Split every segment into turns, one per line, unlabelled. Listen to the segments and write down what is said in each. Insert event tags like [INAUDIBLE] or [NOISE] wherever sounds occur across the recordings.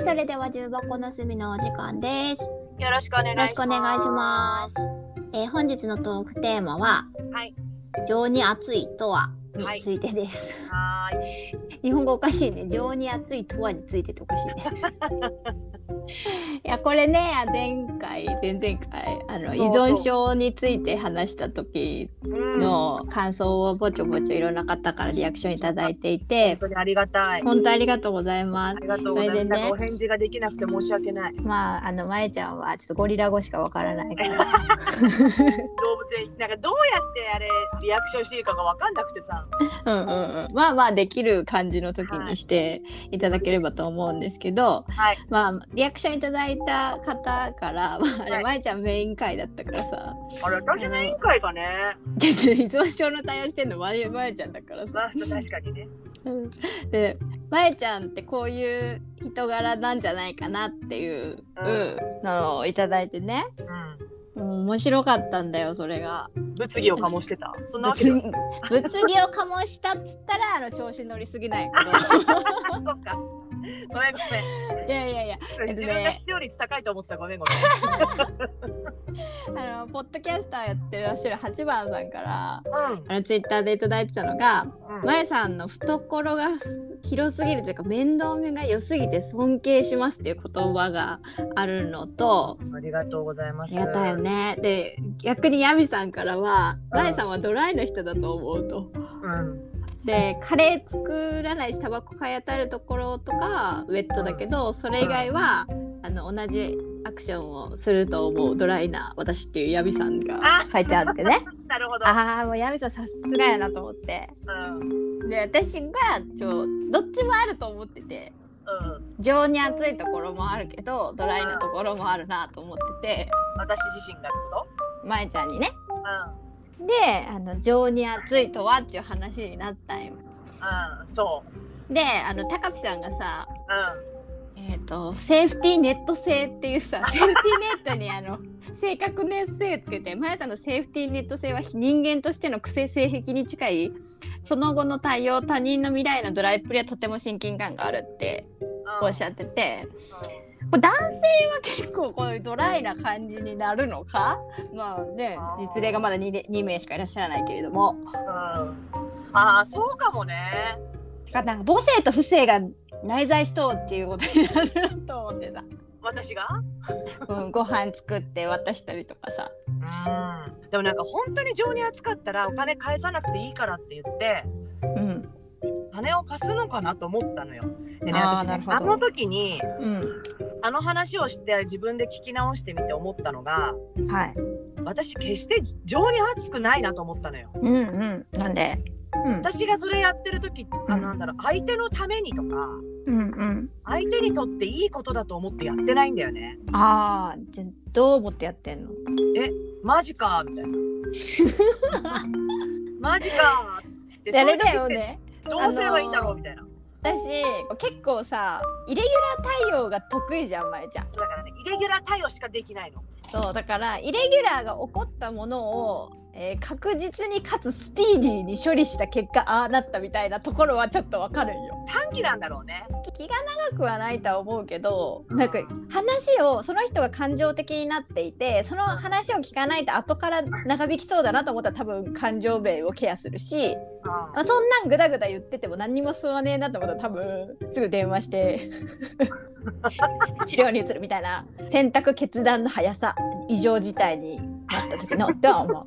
それでは重箱の隅のお時間です。よ
よろしくお願い
ろ
します。
しくお願いします。えー本日のトークテーマは、
はい
情に熱いとは
は
に
い
ついてです。
はーい。
日本語おかしいね。情に熱いとはについてっておかし
[LAUGHS]
いね。いやこれね前回前々回あの依
そうそう
存症について話した時
うん、本
の感想をぼちょぼちょいろんな方からリアクションいただいていて
当にありがたい。
本当ありがとうございます
ありがとうござい
そ
ま
れ
す。
で
なん
ね
かお返事ができなくて申し訳ない。動
まああのまえちゃんはちょっとゴリラ語しかわからないから
[LAUGHS] 物園なんかどうやってあれリアクションしていいかがわかんなくてさ。
うんうん、うん、まあまあできる感じの時にしていただければと思うんですけど、
はい
まあリアクションいただいた方から、 [LAUGHS] まあ、あ
は
れ
い
まえちゃんメイン会だったからさ
あれ私の委員会がね。
ちょっと依存症の対応してんのまえまえちゃんだから
ま
さ
あ確かにね。
でまえちゃんってこういう人柄なんじゃないかなっていう
うん
のをいただいてね、
う
もう面白かったんだよそれが。
ん。物議を醸してた。そんなわけ
物
だ
議。物議を醸したっつったらあの調子乗りすぎないけど
[LAUGHS] そっか。ごめ
[LAUGHS]
ん
いやいやいや
ごめん。自分が必要率高いと思ってた。ごめんご
あのポッドキャスターやってらっしゃる8番さんから
めん。うん。
あのツイッターでいただいてたのが
うん
まえさんの懐が広すぎるというか面倒見が良すぎて尊敬しますっていう言葉があるのと
ありがとうございま
あ
す。
りがたいよねで逆にヤミさんからは「まえさんはドライな人だと思う」と。
うん。
でカレー作らないしタバコ買い当たるところとかウェットだけど、それ以外は、あの同じアクションをすると思うドライな私っていうヤミさんが
あ
書いてあってね
なるほど。
ああもうヤミさんさすがやなと思って
うん。うん。
で私がちょどっちもあると思ってて情に熱いところもあるけどドライなところもあるなと思ってて
私自身がってこ
まえちゃんにね
と？うん。
であの情に熱いとはっていう話になったんよ
うん、そう。
であの高ピさんがさ
う
えー、とセーフティーネット製っていうさセーフティーネットにあの正確な性つけてまやさんのセーフティーネット性は人間としての癖性癖に近いその後の対応他人の未来のドライプレはとても親近感があるって
ん。
おっしゃっててこれ男性は結構こういうドライな感じになるのかまあね
あー
実例がまだ 2, で2名しかいらっしゃらないけれども
うん。うん。ああ、そうかもね。
てかなんか母性と不正が内在しとうっていうことになるなと思ってさ、
私が。
うん、ご飯作って渡したりとかさ
うん。でもなんか本当に情に扱ったらお金返さなくていいからって言って
うん
金を貸すのかなと思ったのよ。でね、
あー
私
なる
ね
ほど
あの時に
う
あの話をして自分で聞き直してみて思ったのが、
ん、はい。
私決して情に熱くないなと思ったのよ。
うんうん。なんで？うん
私がそれやってる時、あ
うん
なんだろう相手のためにとか
うん
相手にとっていいことだと思ってやってないんだよね。
うん。ああ、じゃどう思ってやってんの？
マジかみたいな。マジかって
誰だよ。ね。
そういう時ってどうすればいいんだろうみたいな。
私結構さ、イレギュラー対応が得意じゃんまえちゃん。
そうだからね、イレギュラー対応しかできないの。
そうだからイレギュラーが起こったものを。えー確実にかつスピーディーに処理した結果ああなったみたいなところはちょっとわかるんよ。
短期なんだろうね。
気が長くはないとは思うけどなんか話をその人が感情的になっていてその話を聞かないと後から長引きそうだなと思ったら多分感情面をケアするし、まあ、そんなんグダグダ言ってても何にも進まねえなと思ったら多分すぐ電話して治療に移るみたいな選択決断の速さ異常事態になった時のとは思う。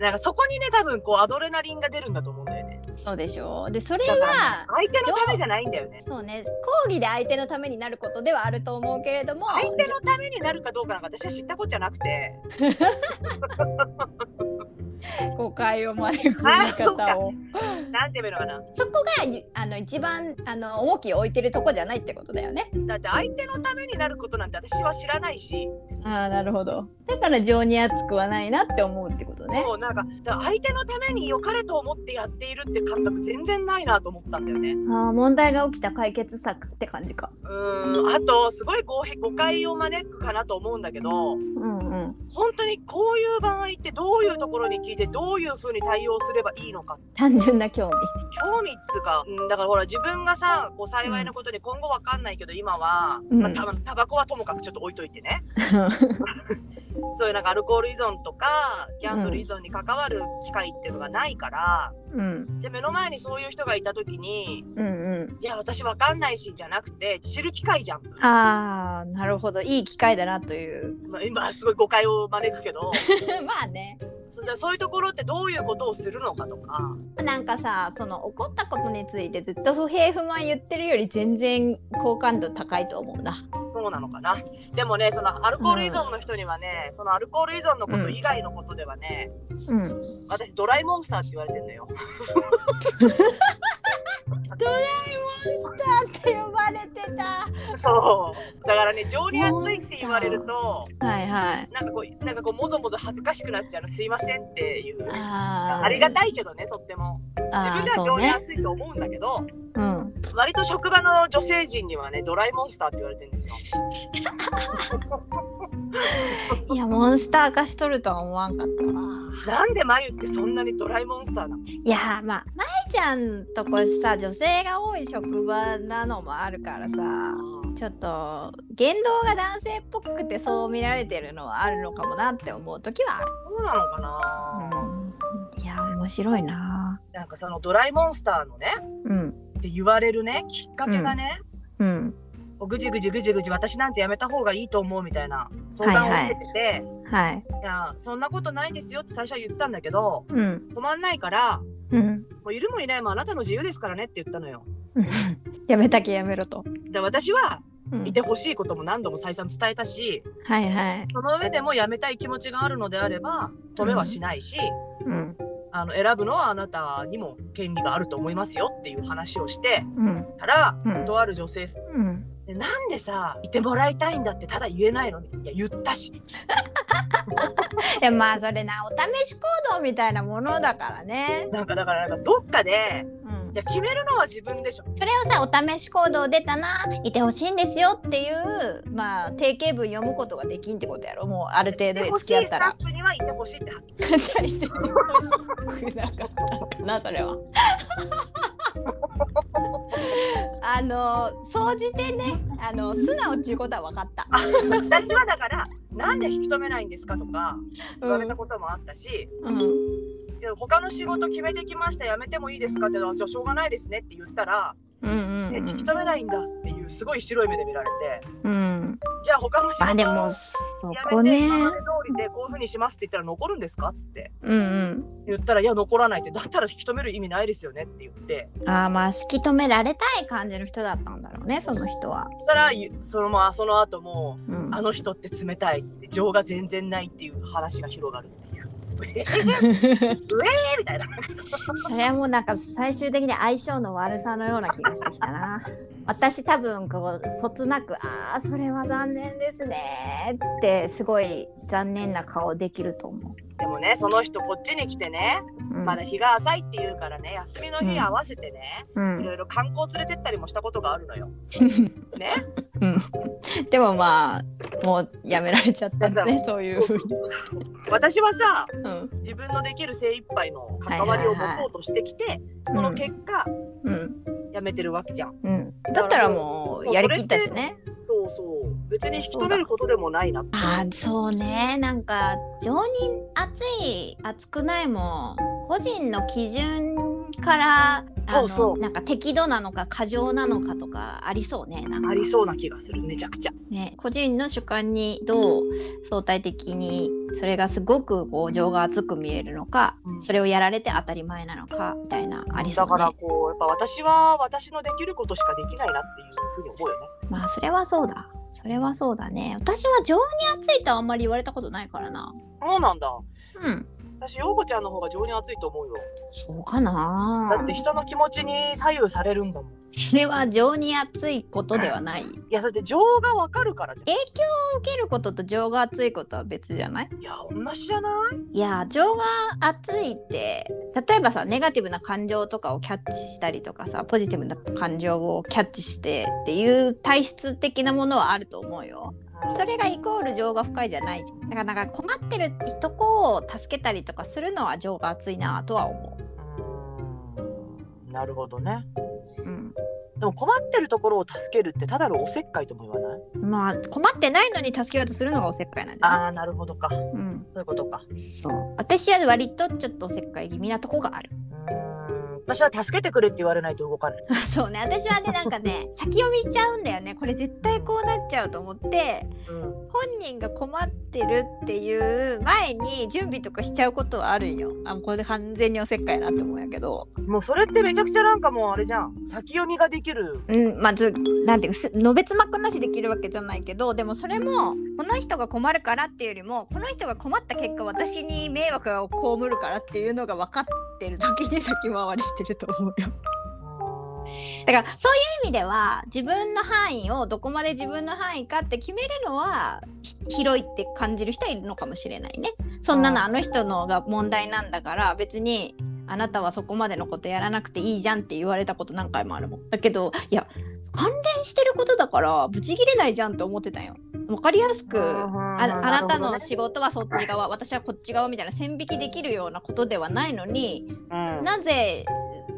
なんかそこにね、多分こうアドレナリンが出るんだと思うんだよね。
そうでしょうでそれ
だから
は
相手のためじゃないんだよね。
そうね講義で相手のためになることではあると思うけれども
相手のためになるかどうかなんか私は知ったことじゃなくて、
誤解を招く言い方を
なんて言うのかな。
そこがゆあの一番あの重きを置いてるとこじゃないってことだよね
だって相手のためになることなんて私は知らないし、
ああなるほどだから情に熱くはないなって思うってこと
そうなんかだから相手のために良かれと思ってやっているって感覚全然ないなと思ったんだよね。
ああ問題が起きた解決策って感じか
うーんあとすごい誤誤解を招くかなと思うんだけど
うんうん
本当にこういう場合ってどういうところに聞いてどういうふうに対応すればいいのか
単純な興味
興味っつうか、うんだからほら自分がさこう幸いなことに今後わかんないけど今は、
うん
まあ、たタバコはともかくちょっと置いといてねそういうなんかアルコール依存とかギャンブル依存に関わる機会っていうのがないから、
うん
じゃあ目の前にそういう人がいた時に
うんう
いや私わかんないしじゃなくて知る機会じゃん、
んああなるほどいい機会だなという
まあ、今すごい誤解を招くけど
[LAUGHS] まあね
そうだそういうところってどういうことをするのかとか
なんかさその怒ったことについてずっと不平不満言ってるより全然好感度高いと思うな
そうなのかなでもねそのアルコール依存の人にはね、そのアルコール依存のこと以外のことではね、
う
私ドライモンスターって言われてんのよ。 [LAUGHS]
んドラえもんスターって呼ばれてた
そう。だからね情に熱いって言われると
はいはい
なんかこうなんかこうもぞもぞ恥ずかしくなっちゃうのすいませんっていう。
あー
ありがたいけどねとっても自
あ
分
ー
では
そ
情
う
に
ね
熱いと思うんだけど、
うん
割と職場の女性陣にはねドライモンスターって言われてんですよ
いやモンスター化しとるとは思わんかったな
なんで眉ってそんなにドライモンスターなの
いやーまあまいちゃんとこさ女性が多い職場なのもあるからさちょっと言動が男性っぽくてそう見られてるのはあるのかもなって思う時は
そうなのかな、
ある、いやー面白いな
なんかそのドライモンスターのね
うん
って言われるねきっかけがね、
うん
こうぐじぐじぐじぐじ私なんてやめた方がいいと思うみたいな相談を受けてて、い
はい
やそんなことないですよって最初は言ってたんだけど
うん
止まんないからも
うん [LAUGHS]
ういるもいないもあなたの自由ですからねって言ったのよ。
やめたきやめろと、
で私は
うん
いてほしいことも何度も再三伝えたし
はいはい
その上でもやめたい気持ちがあるのであれば止めはしないし、
うん
あの選ぶのはあなたにも権利があると思いますよっていう話をして
うん
から
うん
とある女性
うん
でなんでさいてもらいたいんだってただ言えないのいや言ったし
いやまあそれなお試し行動みたいなものだからね、
なんかだからなんかどっかで
うん
い、や決めるのは自分でしょ。
それをさお試し行動出たないてほしいんですよっていうまあ定型文読むことができんってことやろもうある程度付き合ったら
いてほしいスタッフにはいてほしいってはっきり
感謝 [LAUGHS] してほしくなかったかなそれはあの総じてねあの素直っちゅうことは分かった、
私はだからなんで引き止めないんですかとか言われたこともあったし、
うん、
いや他の仕事決めてきましたやめてもいいですかってのはじゃあしょうがないですねって言ったら、
うんうん
ね、引き止めないんだっていうすごい白い目で見られて
うん
じゃあ他の仕事
まあでも
や
そこ
めて
ね
今まで通りでこういうふうにしますって言ったら残るんですかっつって
うん
言ったらいや残らないってだったら引き止める意味ないですよねって言って
うんああまあ突き止められたい感じの人だったんだろうねその人は、
そしたらそのまあその後も
うん
あの人って冷たいって情が全然ないっていう話が広がるっていう。えー、
[LAUGHS]
みたいななんかその
それはもうなんか最終的に相性の悪さのような気がしてきたな私多分こうそつなく「ああそれは残念ですね」ってすごい残念な顔できると思う、
でもねその人こっちに来てね
うん
まだ日が浅いっていうからね休みの日合わせてね
う
い
ん
ろいろ観光連れてったりもしたことがあるのよ。ね
うん、でもまあもうやめられちゃったんだね [LAUGHS] そういう
そうそう私はさ
うん
自分のできる精一杯の関わりを持とうとしてきて、その結果
うん
やめてるわけじゃん。
うん、だったらもうやりきったしね
そうそう別に引き止めることでもないなって
あーそうねなんか情に熱い熱くないも個人の基準からあの
そうそう
なんか適度なのか過剰なのかとかありそうねなんか
ありそうな気がするめちゃくちゃ。
ね個人の主観にどう相対的にそれがすごくこう情が熱く見えるのか、
うん
それをやられて当たり前なのかみたいなありそう
だ
ね
からこうやっぱ私は私のできることしかできないなっていうふうに思うよね。
まあそれはそうだそれはそうだね私は情に熱いとはあんまり言われたことないからな
そうなんだ。
うん
私陽子ちゃんの方が情に熱いと思うよ。
そうかな
だって人の気持ちに左右されるんだもん。
それは情に熱いことではない。影
いやだって情がわかるからじ
響を受けることと情が熱いことは別じゃない
ゃん。いや同じじゃない？
いや情が熱いって例えばさネガティブな感情とかをキャッチしたりとかさポジティブな感情をキャッチしてっていう体質的なものはあると思うよ。
う
それがイコール情が深いじゃないじゃんだからなんか困ってるとこを助けたりとかするのは情が厚いなとは思
うんなるほどね
う、う
でも困ってるところを助けるってただのおせっかいとも言わない
ん、まあ困ってないのに助けようとするのがおせっかいなんじゃない
ああなるほどかそ
うん、
ういうことか
そう私は割とちょっとおせっかい気味なとこがある
うーん私は助けてくれって言われないと動かない
あ [LAUGHS] そうね私はねなんか [LAUGHS] ね先を見ちゃうんだよねこれ絶対こうなっちゃうと思って
うん
本人が困ってるっていう前に準備とかしちゃうことはあるんよあこれ完全におせっかいやなって思うんやけど
もうそれってめちゃくちゃなんかもうあれじゃん先読みができる
うんまずなんていうかすのべつ幕なしできるわけじゃないけどでもそれもこの人が困るからっていうよりもこの人が困った結果私に迷惑が被るからっていうのが分かってる時に先回りしてると思うよ。だからそういう意味では自分の範囲をどこまで自分の範囲かって決めるのはひ広いって感じる人はいるのかもしれないね。そんなのあの人のが問題なんだから別にあなたはそこまでのことやらなくていいじゃんって言われたこと何回もあるもん。だけどいや関連してることだからブチ切れないじゃんって思ってたよ。わかりやすくあ
あ
あなたの仕事はそっち側私はこっち側みたいな線引きできるようなことではないのになぜ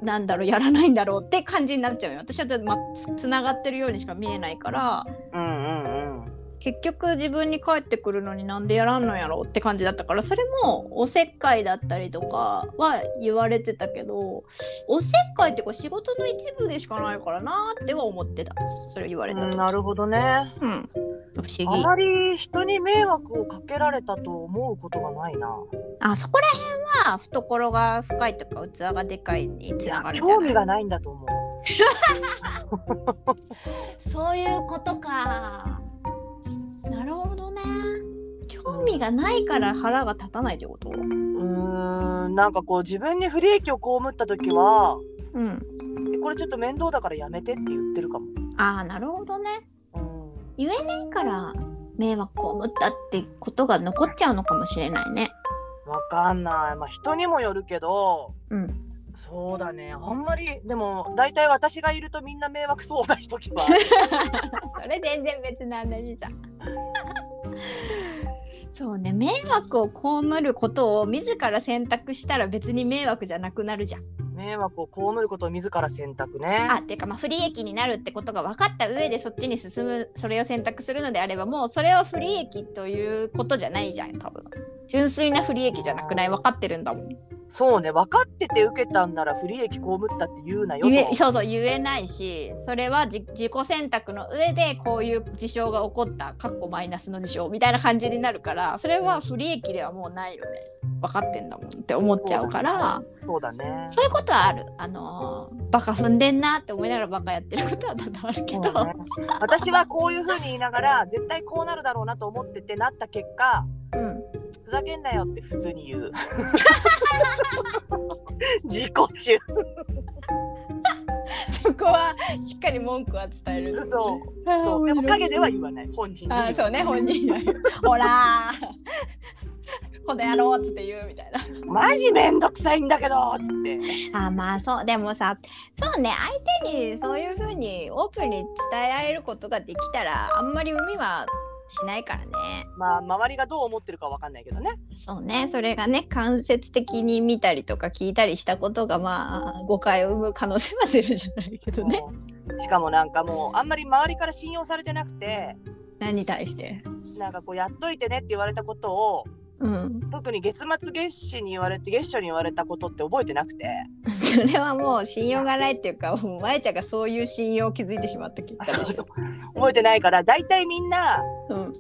なんだろうやらないんだろうって感じになっちゃうよ私はだってまつつながってるようにしか見えないから
うんうんうん
結局自分に返ってくるのになんでやらんのやろうって感じだったからそれもおせっかいだったりとかは言われてたけどおせっかいってこう仕事の一部でしかないからなーっては思ってたそれ言われた
うん
時、
なるほどね
うん、不思
あ
議
まり人に迷惑をかけられたと思うことがないな
あそこら辺は懐が深いとか器がでかいにつ
い
な
や
がるんじゃ
興
な
味
い
がないんだと思う
そういうことか。なるほどね。興味がないから腹が立たないってこと。う
うーんなんかこう自分に不利益を被った時は
ん。
えこれちょっと面倒だからやめてって言ってるかも、
ああ、なるほどね。
うん、
言えないから迷惑被ったってことが残っちゃうのかもしれないね。
わかんないまあ人にもよるけど
うん。
そうだねあんまりでも大体私がいるとみんな迷惑そうな
[LAUGHS]
人は
それ全然別な話じゃん。 [LAUGHS] そうね迷惑を被ることを自ら選択したら別に迷惑じゃなくなるじゃん。
迷惑を被ることを自ら選択ね
あっていうかまあ不利益になるってことが分かった上でそっちに進むそれを選択するのであればもうそれは不利益ということじゃないじゃん多分純粋な不利益じゃなくない分かってるんだもん
そうね分かってて受けたんなら不利益被ったって言うなよ
言え [LAUGHS]
と
そうそう言えないしそれはじ自己選択の上でこういう事象が起こったかっこマイナスの事象みたいな感じになるからそれは不利益ではもうないよね分かってんだもんって思っちゃうから
そうだね
そういうことはあるあのーバカ踏んでんなって思いながらバカやってることは多々あるけ
そう
ど。
だね私はこういうふうに言いながら絶対こうなるだろうなと思っててなった結果
うん
ふざけんなよって普通に
[LAUGHS]
言う。自己中。
そこはしっかり文句は伝える。
そう。
あー
そう。でも
面白い
陰では言わない。本人に
あ
言
ーそうね本
[LAUGHS]
人が言うほらー [LAUGHS] この野郎っつって言うみたい
マジめんどくさいんだけどつって。
な。あーまあそうでもさそうね相手にそういう風にオープンに伝えられることができたらあんまり海はしないからね。
まあ周りがどう思ってるかわかんないけどね。
そうねそれがね間接的に見たりとか聞いたりしたことがまあ誤解を生む可能性は出るじゃないけどね。
そうしかもなんかもうあんまり周りから信用されてなくて
何に対して。
なんかこうやっといてねって言われたことを
うん、
特に月末月始に言われて月初に言われたことって覚えてなくて
それはもう信用がないっていうかもうまえちゃんがそういう信用を築いてしまった結果でしょ
覚えてないから大体みんな
うん、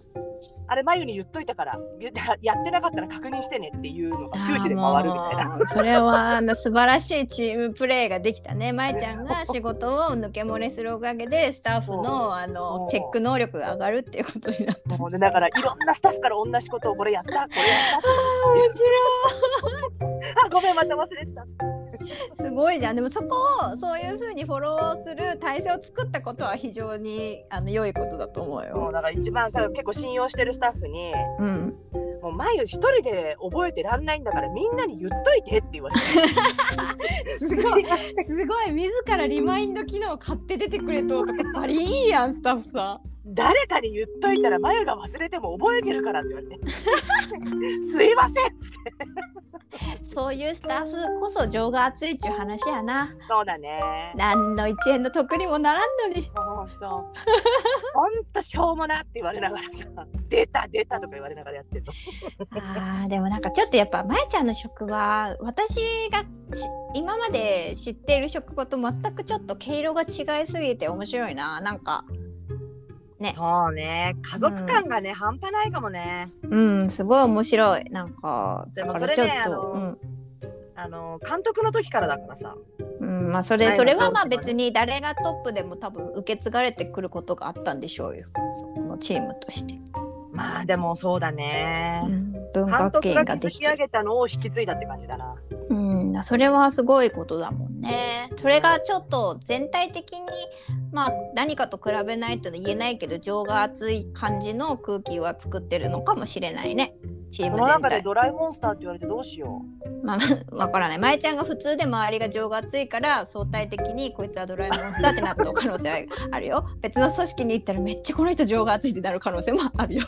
あれ眉に言っといたから言ったやってなかったら確認してねっていうのが周知で回るみたいな。
な。それはあの素晴らしいチームプレーができたね。まえちゃんが仕事を抜け漏れするおかげでスタッフのあ
そ
の
う
チェック能力が上がるっていうことになった。
もうねだからいろんなスタッフから同じことをこれやったこれやっ
面白
たあごめんまた忘れてた
い。すごいじゃん。でもそこをそういうふうにフォローする体制を作ったことは非常にあの良いことだと思う
も
よ。
うだから一番さ結構信用してるスタッフに
うん。
「もう眉一人で覚えてらんないんだからみんなに言っといて」って言われて
すごい。すごい自らリマインド機能買って出てくれととかありいいやんスタッフさん。
[LAUGHS] 誰かに言っといたらまゆが忘れても覚えてるからって言われて「 [LAUGHS] すいません」っつって
そういうスタッフこそ情が熱いっちゅう話やな
そうだね
何の一円の得にもならんのに
そうそうほんとしょうもなって言われながらさ「出た出た」とか言われながらやってるの
あーでもなんかちょっとやっぱまえちゃんの職場私がし今まで知ってる職場と全くちょっと毛色が違いすぎて面白いななんか
そうね家族感がね、半端ないかもね
うんすごい面白いなんか
で
だ
も
か
そ
ら
れ
ちょっ
ね
と、
あのあの監督の時からだからさ
うんうんまあそ
前
れ
の
それはまあ
トップの
別に誰がトップでも多分受け継がれてくることがあったんでしょうよそこのチームとして、
まあでもそうだね、
文
監
化
督
圏
が
が
築
でき
き
て
上げたのを引き継いだって感じだな
うん、それはすごいことだもんね。それがちょっと全体的に、まあ、何かと比べないと言えないけど情が熱い感じの空気は作ってるのかもしれないねチー
こ
ム
の
全
中で
体。
ドライモンスターって言われてどうしよう
まあ、わからない。まえちゃんが普通で周りが情が熱いから相対的にこいつはドラえもんしたってなった可能性はあるよ。別の組織に行ったらめっちゃこの人情が熱いってなる可能性もある
[LAUGHS]
よ。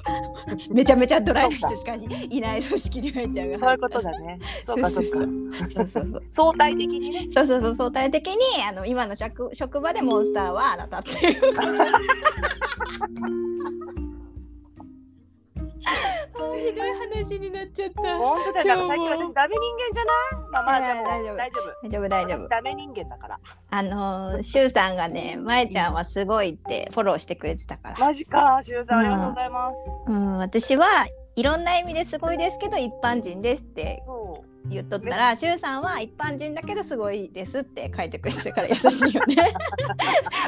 めち [LAUGHS] ゃめちゃドラえの人しかいない組織にまえちゃんが入った。
そういうことだ [LAUGHS] ねそうかそうか
[LAUGHS] そうそうそう。
相対的に [LAUGHS] ね
そうそうそう相対的にあの今の職職場でモンスターはあなたっていうあーひどい話になっちゃった
本当だよなんか最近私ダメ人間じゃないまあまあ
い
で
やいや
も大丈夫
大大丈夫大丈夫
私ダメ人間だから
あのーしゅうさんがねまえちゃんはすごいってフォローしてくれてたから、
マジかしゅうさんありがとうございます、
うん、私はいろんな意味ですごいですけど一般人ですって
そう
言っとったらしゅうさんは一般人だけどすごいですって書いてくれてたから優しいよね [LAUGHS]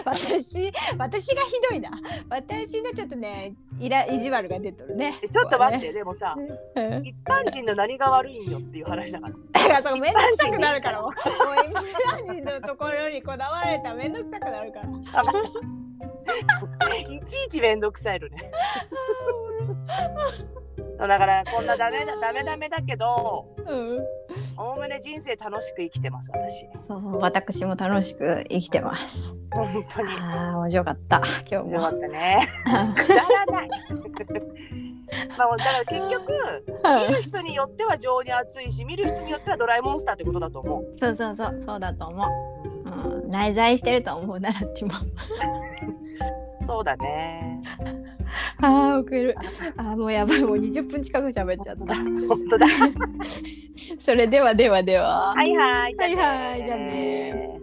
私私がひどいな私がちょっとねいら意地悪が出とるね
えちょっと待って、でもさ
うん
一般人の何が悪いんよっていう話だから
だからそこめんどくさくなるからもうもう一般人のところにこだわられたらめんどくさくなるから
[LAUGHS] いちいちめんどくさいのねそうだからこんなダメだダメダメだけど
うん
おおむね人生楽しく生きてます私
そう私も楽しく生きてます
本当に
あー面白かった今日
よ
も
かったねくだらない [LAUGHS] まあだから結局見る人によっては情に熱いし見る人によってはドラえもんスターってことだと思う
[LAUGHS] そうそうそうそうだと思う、うん、内在してると思うならっちも
そうだ
[LAUGHS]
ね
ああ遅れる。あーもうやばいもう20分近く喋っちゃった。
本当だ
それではではでは。
はいはい
はいはいじゃあね